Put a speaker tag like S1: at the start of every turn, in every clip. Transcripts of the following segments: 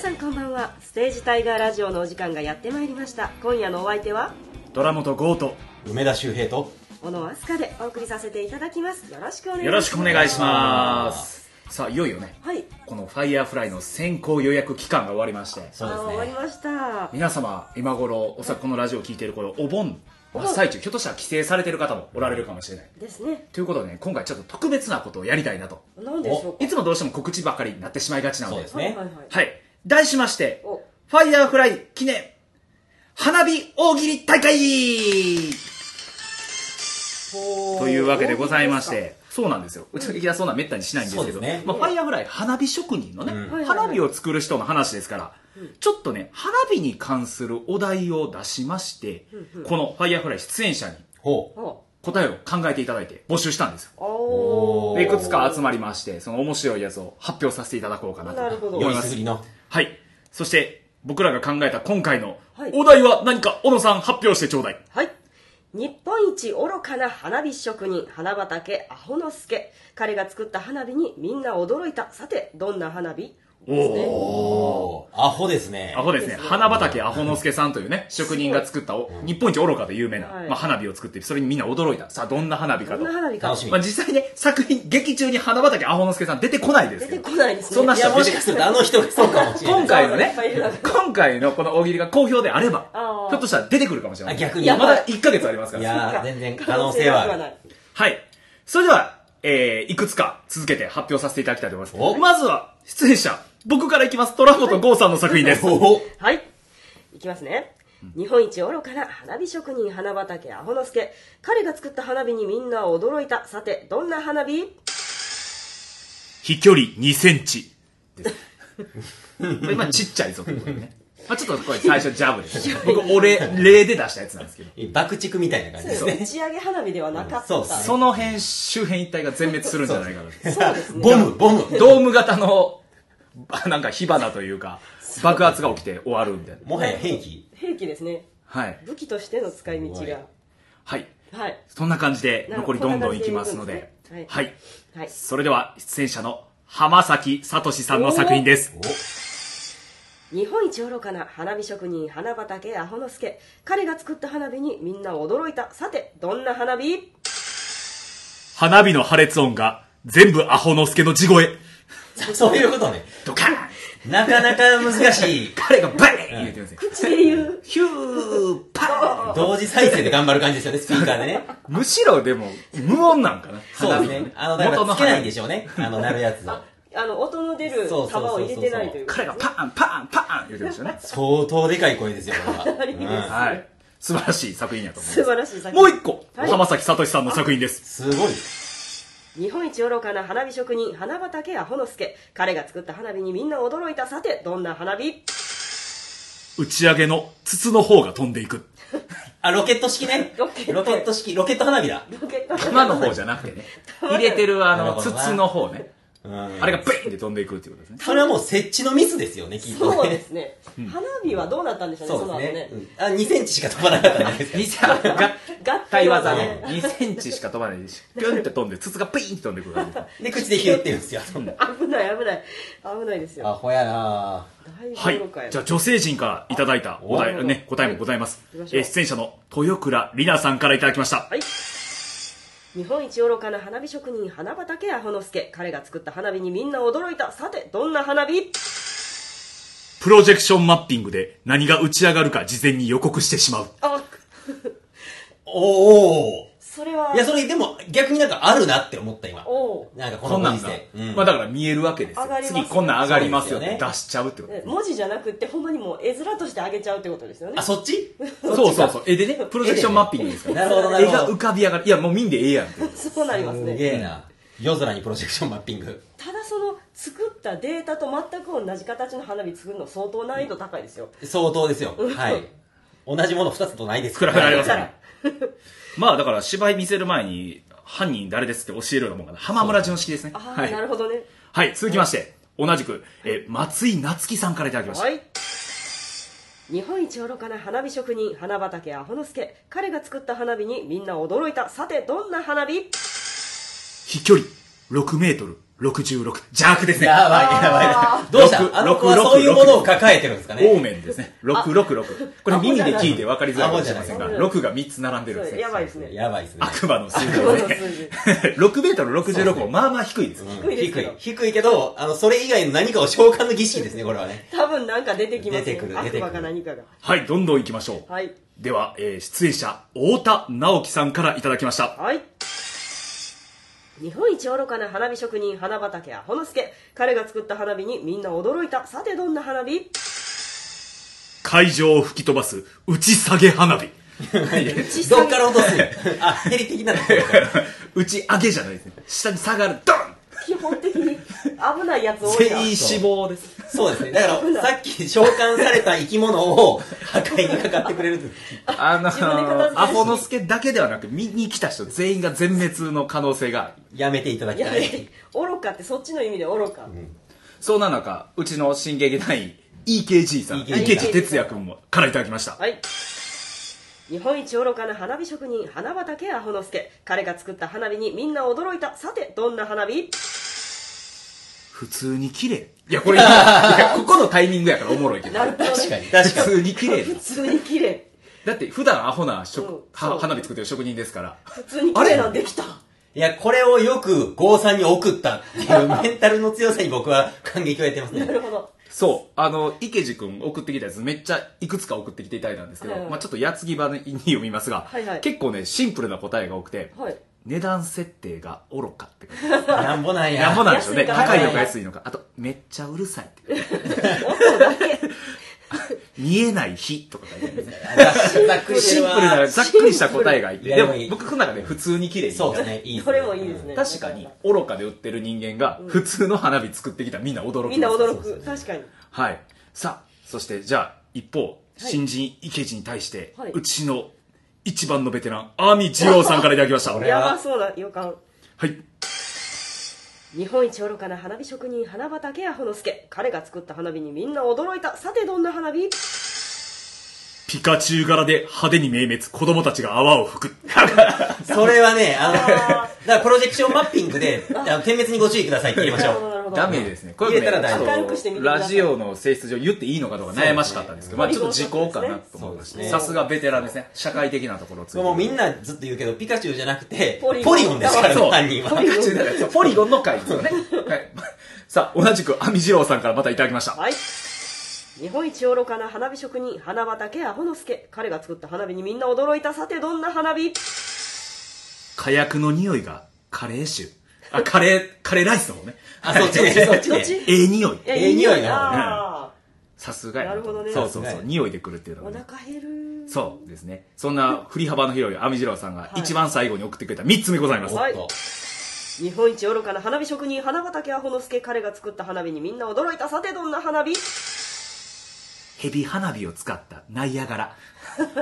S1: はステージタイガーラジオのお時間がやってまいりました今夜のお相手は
S2: ドラムとゴート
S3: 梅田修平と
S1: 小野飛鳥でお送りさせていただきますよろしくお願いします
S2: よろしくお願いしますさあいよいよね
S1: はい
S2: このファイヤーフライの先行予約期間が終わりまして
S1: あ
S3: そう
S1: ー終わ
S3: です
S1: り
S3: ね
S1: ました
S2: 皆様今頃おそらくこのラジオを聞いている頃お盆真っ最中ひょっとしたら帰省されてる方もおられるかもしれない
S1: ですね
S2: ということでね今回ちょっと特別なことをやりたいなと
S1: 何でしょうか
S2: いつもどうしても告知ばかりになってしまいがちなの
S3: そう
S2: で
S3: です
S1: はい
S3: ね
S1: はいはい、
S2: はい題しまして
S1: お
S2: ファイヤーフライ記念花火大喜利大会というわけでございまして、そうなんですよ。うちの劇団そんなめったにしないんですけ
S3: そ
S2: ど、
S3: うですね
S2: まあ、ファイヤーフライ、花火職人のね、
S3: うん
S2: 花火を作る人の話ですから、ちょっとね、花火に関するお題を出しまして、
S1: うん
S2: このファイヤーフライ出演者に
S3: ほう
S1: お
S2: 答えを考えていただいて募集したんですよ。
S1: お
S3: お
S2: で
S3: ー
S2: いくつか集
S1: ま
S2: まりまして、その面白いやつを発表させていただこうかなと。
S1: なるほど
S2: 思
S3: 酔
S2: い
S3: い
S2: ますす
S3: ぐりの
S2: はい。そして、僕らが考えた今回の
S1: はい
S2: お題は何か、小野さん発表してちょうだい。
S1: はい日本一愚かな花火職人花畑アホの助彼が作った花火にみんな驚いたさてどんな花火
S2: お
S1: です
S2: ー
S1: ね
S3: おーアホですね
S2: アホですね。
S1: ですね
S2: 花畑アホの助さんというね、職人が作ったお、日本一愚かで有名な、
S1: はい
S2: まあ花火を作っている。それにみんな驚いた。さあ、どんな花火か
S1: どん
S2: と。
S1: な
S2: ま
S1: 花火か
S3: 楽しみ
S2: あ実際ね、作品、劇中に花畑アホの助さん出てこないです
S1: 出て
S2: けど
S1: こ。ないですね
S2: そんない
S3: やもしかするとあの人がそうかもしれない
S2: 今回のね
S1: いっぱいいるな、
S2: 今回のこの大喜利が好評であれば、
S1: あー
S2: ひょっとしたら出てくるかもしれない。
S3: あ逆
S1: に
S2: まだ1ヶ月ありますか
S3: い
S2: ら。
S3: やー全然可能性はある
S1: ない
S2: はい。それでは、えー、いくつか続けて発表させていただきたいと思いま
S3: お
S2: す。まずは、出演者、僕からいきます。トラモとゴーさんの作品です。
S3: お
S1: はい。いきますね。日本一愚かな花火職人花畑アホの助彼が作った花火にみんな驚いたさてどんな花火
S2: 飛距離2セン チです。これまあちっちゃいぞということでね。まあちょっとこれ最初ジャブです。 僕、俺、例で出したやつなんですけど。
S3: 爆竹みたいな感じです
S1: 打
S3: ね
S1: ち上げ花火ではなかった
S3: そうです
S2: その辺、周辺一帯が全滅するんじゃないかな
S1: そうですね
S3: ボムボム
S2: ドーム型の、あなんか火花というか、爆発が起きて終わるみたいな。
S3: もはや兵器
S1: 兵器ですね
S2: はい。
S1: 武器としての使い道
S3: すごい
S1: が
S2: はい。
S1: はい
S2: そんな感じで、残りどんどんいきますの
S1: なる
S2: で
S1: ほどこんな感じでいくんですね。
S2: はい。
S1: はい
S2: それでは、出演者の浜崎聡さんの作品です。
S1: 日本一愚かな花火職人花畑アホの助彼が作った花火にみんな驚いたさてどんな花火
S2: 花火の破裂音が全部アホの助の地声。
S3: おそういうことね
S2: ドカーン
S3: なかなか難しい
S2: 彼がバーン言うてるんですよ。
S1: 口で言う
S2: ヒューパーン
S3: 同時再生で頑張る感じですよねスピーカーでね
S2: むしろでも、無音なんかな。
S3: そうですねあのだからつけないんでしょうねあのなるやつを
S1: あの音の出る
S3: そうそうそう
S1: 玉
S3: そう
S1: を入れてないという
S2: 彼がパーン、パーン、パーン言うてるんですよね。
S3: 相当でかい声ですよこれ は、
S1: いいです
S3: うん
S2: はい。素晴らしい作品やと思い
S1: 素晴らしい作
S2: ます。
S1: 品
S2: もう一個、
S1: はい
S2: 浜崎聡さんの作品です。
S3: すごい
S1: 日本一愚かな花火職人花畑アホの助彼が作った花火にみんな驚いたさてどんな花火
S2: 打ち上げの筒の方が飛んでいく。
S3: あロケット式ね
S1: ロケット
S3: ロケット式ロケット花火だ
S1: ロケット
S2: 今の方じゃなくてね。入れてるあ
S3: なる
S2: の、
S3: ほどな
S2: 筒の方ね。
S3: うん
S2: あれがブインって飛んでいくっていうこと ですね。
S3: それはもう設置のミスですよね、きっと、ね。
S1: そうですね 花火はどうなったんでしょうね、
S3: そ
S1: そ
S3: うで
S1: の
S3: す
S1: 後
S3: ね。
S1: ね
S3: うんあ、2センチしか飛ばなかったんです よ。
S2: 西原 が、
S1: 合
S2: 対
S1: 体
S2: 技
S1: 技
S2: ね
S1: ね。
S2: 2センチしか飛ばないし、ピュンって飛んで、筒がブインって飛んでくる感じ。
S3: で、口で拾ってるんですよ。
S1: 危ない危ない危ないですよ
S3: あ、ほやな
S2: は
S1: 大
S2: い
S1: 愚かや、
S2: じゃあ女性陣からいただいたお
S1: なる
S2: 題、
S1: ほど
S2: ね、答えもございます
S1: 行きま。しょう
S2: えー出演者の豊倉里奈さんからいただきました。
S1: はい日本一愚かな花火職人花畑アホの助彼が作った花火にみんな驚いたさてどんな花火
S2: プロジェクションマッピングで何が打ち上がるか事前に予告してしまう。
S1: あ
S3: おお
S1: それは
S3: ーいや、それ、でも、逆になんかあるなって思った、今。
S1: おう
S3: なんかこ
S2: こ
S3: の
S2: ん
S3: ご
S2: な
S3: 時
S2: んが
S3: 世。うん
S2: まあだから見えるわけですよ
S1: 上が。りますね
S2: 次こんなん上がりますよっ
S3: そう
S2: て
S3: ですよ
S2: 出
S3: ね
S2: しちゃうってことですね。
S1: 文字じゃなくってほんまにもう絵面としてあげちゃうってことですよね
S3: あ、そっち
S2: そうそうそう。絵でね、プロジェクションマッピングですから。
S3: なるほ ど、な
S2: 絵
S3: るほ
S2: が
S3: ど
S2: 浮。かび上がる。いや、もう見んでええやんって。
S1: そうなりますね
S3: すげえな。夜空にプロジェクションマッピング。
S1: ただその作ったデータと全く同じ形の花火作るの相当難易度高いですよ、
S3: 相当ですよ。はい。同じもの2つとないです
S2: 作られます
S3: か
S2: からら。まあだから芝居見せる前に、犯人誰ですって教えるようなもんかな。浜村淳式ですね。
S1: ああ、
S2: はい。
S1: なるほどね
S2: はい、続きまして、同じく、えー松井夏樹さんからいただきました
S1: は。い日本一愚かな花火職人花畑アホの助彼が作った花火にみんな驚いたさてどんな花火
S2: 飛距離6メートル66。邪悪ですね。
S3: やばいやばいやばい。どうしたあの子はそういうものを抱えてるんですかね。
S2: オーメンですね。666。これ耳で聞いて分かりづらいかもしれませんが、
S3: アホ
S1: じゃない
S2: 6が3つ並んでるんです
S1: そう
S2: ね
S1: や。ばいですね。
S3: やばいですね。
S2: 悪魔の数字
S1: 悪魔の数
S2: です
S1: 字
S2: ね。6メートル66もまあまあ低いですね。
S1: 低いですけど
S3: 低いけど、あの、それ以外の何かを召喚の儀式ですね、これ はね。
S1: 多分なんか出てきます
S3: 出
S1: よ
S3: てく。る出てく
S1: 悪魔か
S3: る
S1: 何かが。
S2: はい、どんどん行きましょう。
S1: はい。
S2: では、えー出演者、太田直樹さんからいただきました。
S1: はい。日本一愚かな花火職人、花畑アホの助。彼が作った花火にみんな驚いた。さて、どんな花火
S2: 会場を吹き飛ばす、打ち下 げ花火。
S3: どっから落とすあ、ヘリ的 なの。
S2: 打ち上げじゃないですね。下に下がる、ドン
S1: 基本的に危ないやつ多いな。
S2: 全員死亡です。
S3: そうですね。だから、さっき召喚された生き物を破壊にかかってくれるという。
S2: あの
S1: 自分で片付ける
S2: アホの助だけではなく、見に来た人全員が全滅の可能性がある。
S3: やめていただ
S1: い
S3: き
S1: や
S3: たい。
S1: 愚かってそっちの意味で愚か。
S2: そんな中、うちの進撃隊員、EKG さん、
S3: EKG
S2: EKG 哲也君もからいただきました。
S1: はい。日本一愚かな花火職人、花畑アホの助。彼が作った花火にみんな驚いた。さて、どんな花火
S2: 普通に綺麗。いや、こ れ、いやここのタイミングやからおもろいけど
S1: な。るほどね
S3: 確かに、確か
S2: 普通に
S3: に。
S2: 綺麗
S1: 普通に綺麗。
S2: だって普段アホな職、
S1: うんそ
S2: は
S1: う
S2: 花火作ってる職人ですから。
S1: 普通に綺麗なんできた。
S3: いや、これをよく、郷さんに送ったっ ていうメンタルの強さに僕は感激をやってます
S1: な
S3: ね。
S1: るほど。
S2: そう。あの、池地くん送ってきたやつめっちゃいくつか送ってきていただいたんですけど、
S1: はいはい
S2: まあちょっと矢継ぎ場に読みますが、
S1: はいはい
S2: 結構ね、シンプルな答えが多くて、
S1: はい。
S2: 値段設定が愚かって。
S3: なんぼなんや。
S2: なんぼなんでしょうね。
S1: 安いから
S2: 高いのか安いのか。あと、めっちゃうるさいって。
S1: 音だけ。
S2: 見えない日とか書いてあるんですね。
S3: ざっくりして
S2: シン
S3: る
S2: プ
S3: わ
S2: ルな、ざっくりした答えがいて。
S3: シン
S2: で
S3: プル
S2: も僕の中で普通に綺麗に。
S3: そうですね、いいですね。
S1: これもいいですね。
S2: 確かに、愚かで売ってる人間が、普通の花火作ってきたらみんな驚く。
S1: みんな驚く。確かに。
S2: はい。さあ、そしてじゃあ、一方、新人池地に対して、
S1: はいう
S2: ちの一番のベテラン、アーミー二郎さんからいただきました。
S3: これ
S1: や
S3: は
S1: ばそうな予感。
S2: はい。
S1: 日本一愚かな花火職人、花畑アホの助。彼が作った花火にみんな驚いた。さて、どんな花火
S2: ピカチュウ柄で派手に明滅、子供たちが泡を吹く。
S3: それはね、 あの、だ
S1: あ
S3: からプロジェクションマッピングで、あの、点滅にご注意くださいって言いまし
S1: なるほど、
S3: ょう。
S1: なるほど。
S2: ダメですね。こ
S3: 入れたら大丈
S2: ちょっ
S3: 夫
S2: と
S1: 明るくしてみてください
S2: ラジオの性質上言っていいのかどうか悩ましかったんですけど、まあちょっと時効かなと思いまし
S3: そうで
S2: て。
S3: すね
S2: さすがベテランですね。社会的なところをついて
S3: もうみんなずっと言うけど、ピカチュウじゃなくて、
S1: ポ
S3: ポ
S1: リ
S3: リ
S1: ゴン
S3: ゴンですから
S2: そ
S3: ね、
S2: う
S3: 犯人は。
S1: ポリゴン
S2: 違う違う違うポリゴンの回ですよね。 はいさあ、同じく、アミ二郎さんからまたいただきました。
S1: はい。日本一愚かな花火職人、花畑アホの助。彼が作った花火にみんな驚いた。さて、どんな花火
S2: 火薬の匂いがカレー臭。あ、カレー、カレーライスの方ね。
S3: あ、そっちね、そっち
S1: どっち
S3: ね。
S2: ええ匂い。
S3: ええ匂いだ
S1: あ
S2: さすがや
S1: なるほどね
S2: そうそう
S3: さす
S2: そう。
S3: がや
S2: 匂いでくるっていうの
S1: ーお
S2: が、ね。
S1: 腹減る。
S2: そうですね。そんな振り幅の広い網次郎さんが
S1: はい
S2: 一番最後に送ってくれた3つ目ございます。
S3: お
S1: はい
S3: っと。
S1: 日本一愚かな花火職人、花畑アホの助。彼が作った花火にみんな驚いた。さて、どんな花火
S2: ヘビ花火を使ったナイアガラ。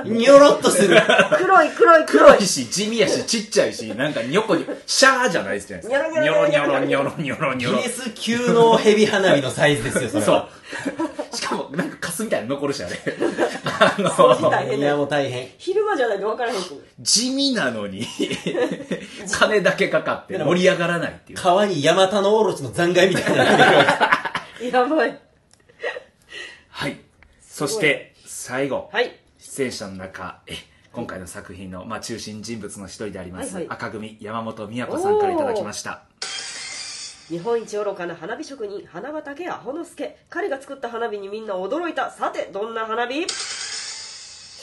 S3: ニョロっとする。
S1: 黒い黒い黒
S2: 黒
S1: い
S2: い。し、地味やし、ちっちゃいし、なんかにょこに、シャーじゃないですじゃないですか。
S1: ニ
S2: ニ
S1: ョ
S2: ョ
S1: ロ
S2: ロ
S1: ニ
S2: ニ
S1: ョ
S2: ョ
S1: ロ
S2: ロ
S1: ニ
S2: ニョロニョロニ
S3: ギ
S2: ョロ
S3: ネ。ス級のヘビ花火のサイズですよ、それ
S2: そ
S3: は。
S2: う。しかも、なんかカスみたいなの残るし、あれ。あの、
S1: う大変
S3: い
S1: だよ
S3: や、もう大変。
S1: 昼間じゃないと分からへんし。
S2: 地味なのに金だけかかって盛り上がらないっていう
S3: 川にヤマタノオロチの残骸みたいになってるわけ。
S1: やばい。
S2: はいそして最後、
S1: はい。
S2: 出演者の中え今回の作品の、まあ、中心人物の一人であります、
S1: はいはい
S2: 赤組山本美和子さんからいただきました
S1: 日本一愚かな花火職人、花畑アホの助。彼が作った花火にみんな驚いた。さて、どんな花火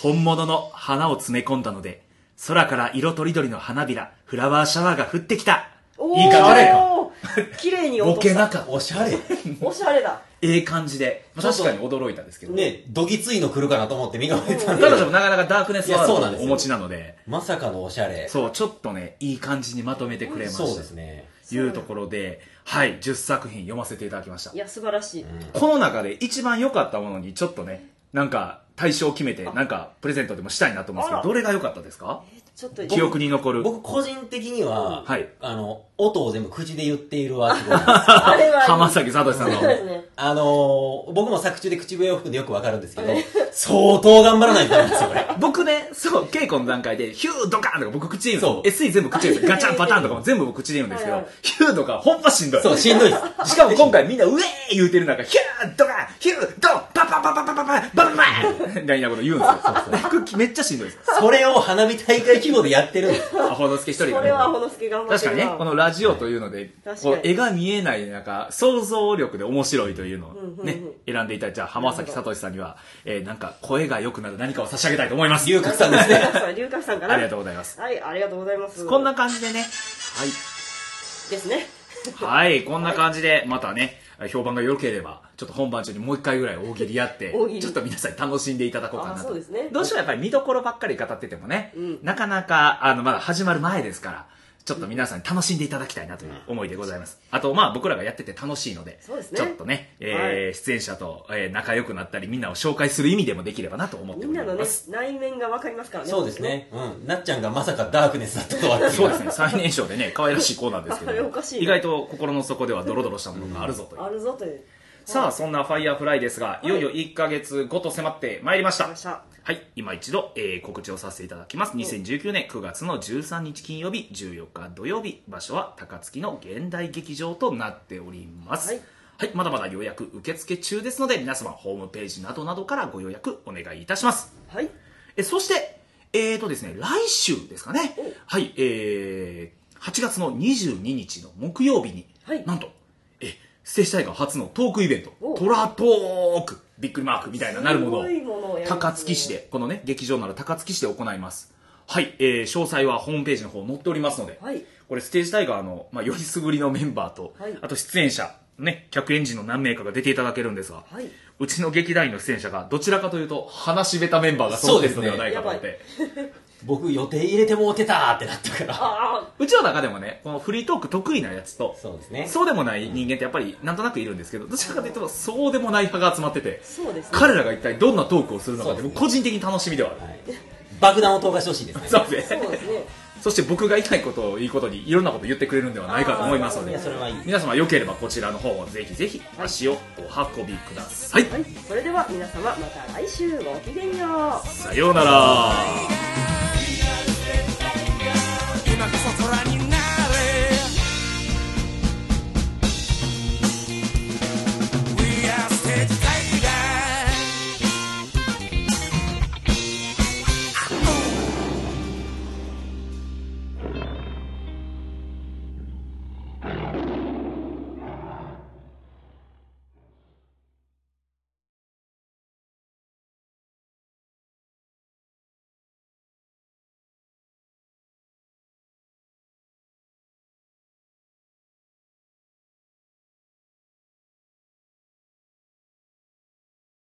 S2: 本物の花を詰め込んだので空から色とりどりの花びらフラワーシャワーが降ってきたいい感じで
S1: じ綺麗に落
S2: ボ
S1: とし
S2: ケな
S1: た。
S2: かった
S3: おしゃれ。
S1: おしゃれだ。
S2: ええ感じで、まあ、確かに驚いたんですけど、
S3: ね、どぎついの来るかなと思って見が覚えた
S2: 彼
S3: んだけ
S2: 女
S3: ど。
S2: もなかなかダークネス
S3: い
S2: ワ
S3: やそう
S2: ー
S3: なん
S2: ドを
S3: です
S2: お
S3: よ
S2: 持ちなので
S3: まさかのおしゃれ。
S2: そうちょっとねいい感じにまとめてくれました
S3: そうですね。
S2: いうところで、はい、10作品読ませていただきました
S1: い。や、素晴らしい。
S2: この中で一番良かったものにちょっとね、なんか、対象を決めて、なんか、プレゼントでもしたいなと思うんですけ
S1: あ
S2: ど、
S1: ら
S2: どれが良かったですか
S1: ちょっと
S2: 記憶に残る。
S3: 僕個人的には、
S2: はい
S3: あの、音を全部口で言っているわすごいです
S1: あれは
S2: 浜崎聡さんの
S1: そう。ですね
S3: あのー、僕も作中で口笛を吹くんでよくわかるんですけど、相当頑張らないとダメですよ、これ。
S2: 僕ね、そう、稽古の段階で、ヒュードカーンとか僕口で言うん
S3: そう
S2: ですよ。SE 全部口で言うんですよ。ガチャンパターンとかも全部僕口で言うんですけ
S1: はい
S2: ど
S1: はい、
S2: ヒュードカーンほんましんどい。
S3: そう、しんどいです。
S2: しかも今回みんなウェー言うてる中、ヒュードカーンヒュードパパパパパパパパパパみたいなこと言うんですよ。で僕めっちゃしんどいです。
S3: それを花火大会規模でやってるんです。
S2: アホの助一人
S1: こ
S2: が
S1: れ
S2: ね。
S1: はほのすけ頑張っ
S2: 確
S1: て
S2: か
S1: る
S2: に
S1: な
S2: ね、このラジオというので、
S1: 確かに
S2: こう絵が見えない中、想像力で面白いというのを
S1: んうん
S2: ね、選んでいた、じゃあ浜崎聡さんには、えーなんか声が良くなる何かを差し上げたいと思います。
S3: 龍角さんですね。
S1: 龍角さんかな
S2: ありがとうございます。
S1: はいありがとうございます
S2: こんな感じでね、はい。
S1: ですね
S2: はい、こんな感じで、またね、評判が良ければ、ちょっと本番中にもう一回ぐらい大喜利やって
S1: 大喜利、
S2: ちょっと皆さん楽しんでいただこうかな
S1: あ
S2: と。
S1: そうですね
S2: どうしてもやっぱり見どころばっかり語っててもね、
S1: うん
S2: なかなか、あの、まだ始まる前ですから、ちょっと皆さんに楽しんでいただきたいなという思いでございます。あと、まあ僕らがやってて楽しいので、
S1: そうですね
S2: ちょっとね、えー出演者と、えー仲良くなったり、みんなを紹介する意味でもできればなと思っ
S1: み
S2: てお
S1: ん
S2: り
S1: なの
S2: ま
S1: ね
S2: す。
S1: 内面がわかりますからね
S3: そうですね。うん。なっちゃんがまさかダークネスだったとは。
S2: そうですね、最年少でね、可愛らしい子なんですけ
S1: あれ
S2: ど
S1: おかしい、な
S2: 意外と心の底ではドロドロしたものがあるぞという
S1: あ。るぞという
S2: さあ、そんなファイヤーフライですが、いよいよ1ヶ月後と迫ってまいりました。
S1: ました
S2: はい、今一度、えー告知をさせていただきます。2019年9月の13日金曜日、14日土曜日、場所は高槻の現代劇場となっております。
S1: は
S2: はいいまだまだ予約受付中ですので、皆様ホームページなどなどからご予約お願いいたします。
S1: はい
S2: えそして、えーとですね、来週ですかね、はい、えー、8月の22日の木曜日に、
S1: はい
S2: なんと、え、ステージタイガー初のトークイベン
S1: お
S2: ト、トラトーク、びっくりマークみたいななるものを
S1: すごいものをやりますね
S2: 高槻市で、このね、劇場なら高槻市で行います。はい、えー詳細はホームページの方載っておりますので、
S1: はい
S2: これステージタイガーの、まあ、よりすぐりのメンバーと、
S1: はい
S2: あと出演者、ね、客演陣の何名かが出ていただけるんですが、
S1: はいう
S2: ちの劇団員の出演者がどちらかというと話し下手メンバーがそうですのではないかと思っ
S1: そう
S2: て
S3: 僕予定入れてもうてたーってなったから。
S1: あ
S2: うちの中でもねこのフリートーク得意なやつと
S3: そうですね。
S2: そうでもない人間ってやっぱりなんとなくいるんですけどどちらかというとそうでもない派が集まってて
S1: そうですね
S2: 彼らが一体どんなトークをするのかって
S3: そうです
S2: 僕
S3: ね
S2: 個人的に楽しみではある
S3: はい爆弾を投下してほしいですね。
S2: そう
S1: あそう
S2: で
S1: ですす
S2: ね
S1: ね
S2: そして僕が痛いことをいいことにいろんなことを言ってくれるんではないかと思いますの
S3: い
S2: で
S3: や、それはいい。
S2: 皆様よければこちらの方をぜひぜひ足をお運びください
S1: はいそれでは皆様また来週ごきげんよう
S2: さようなら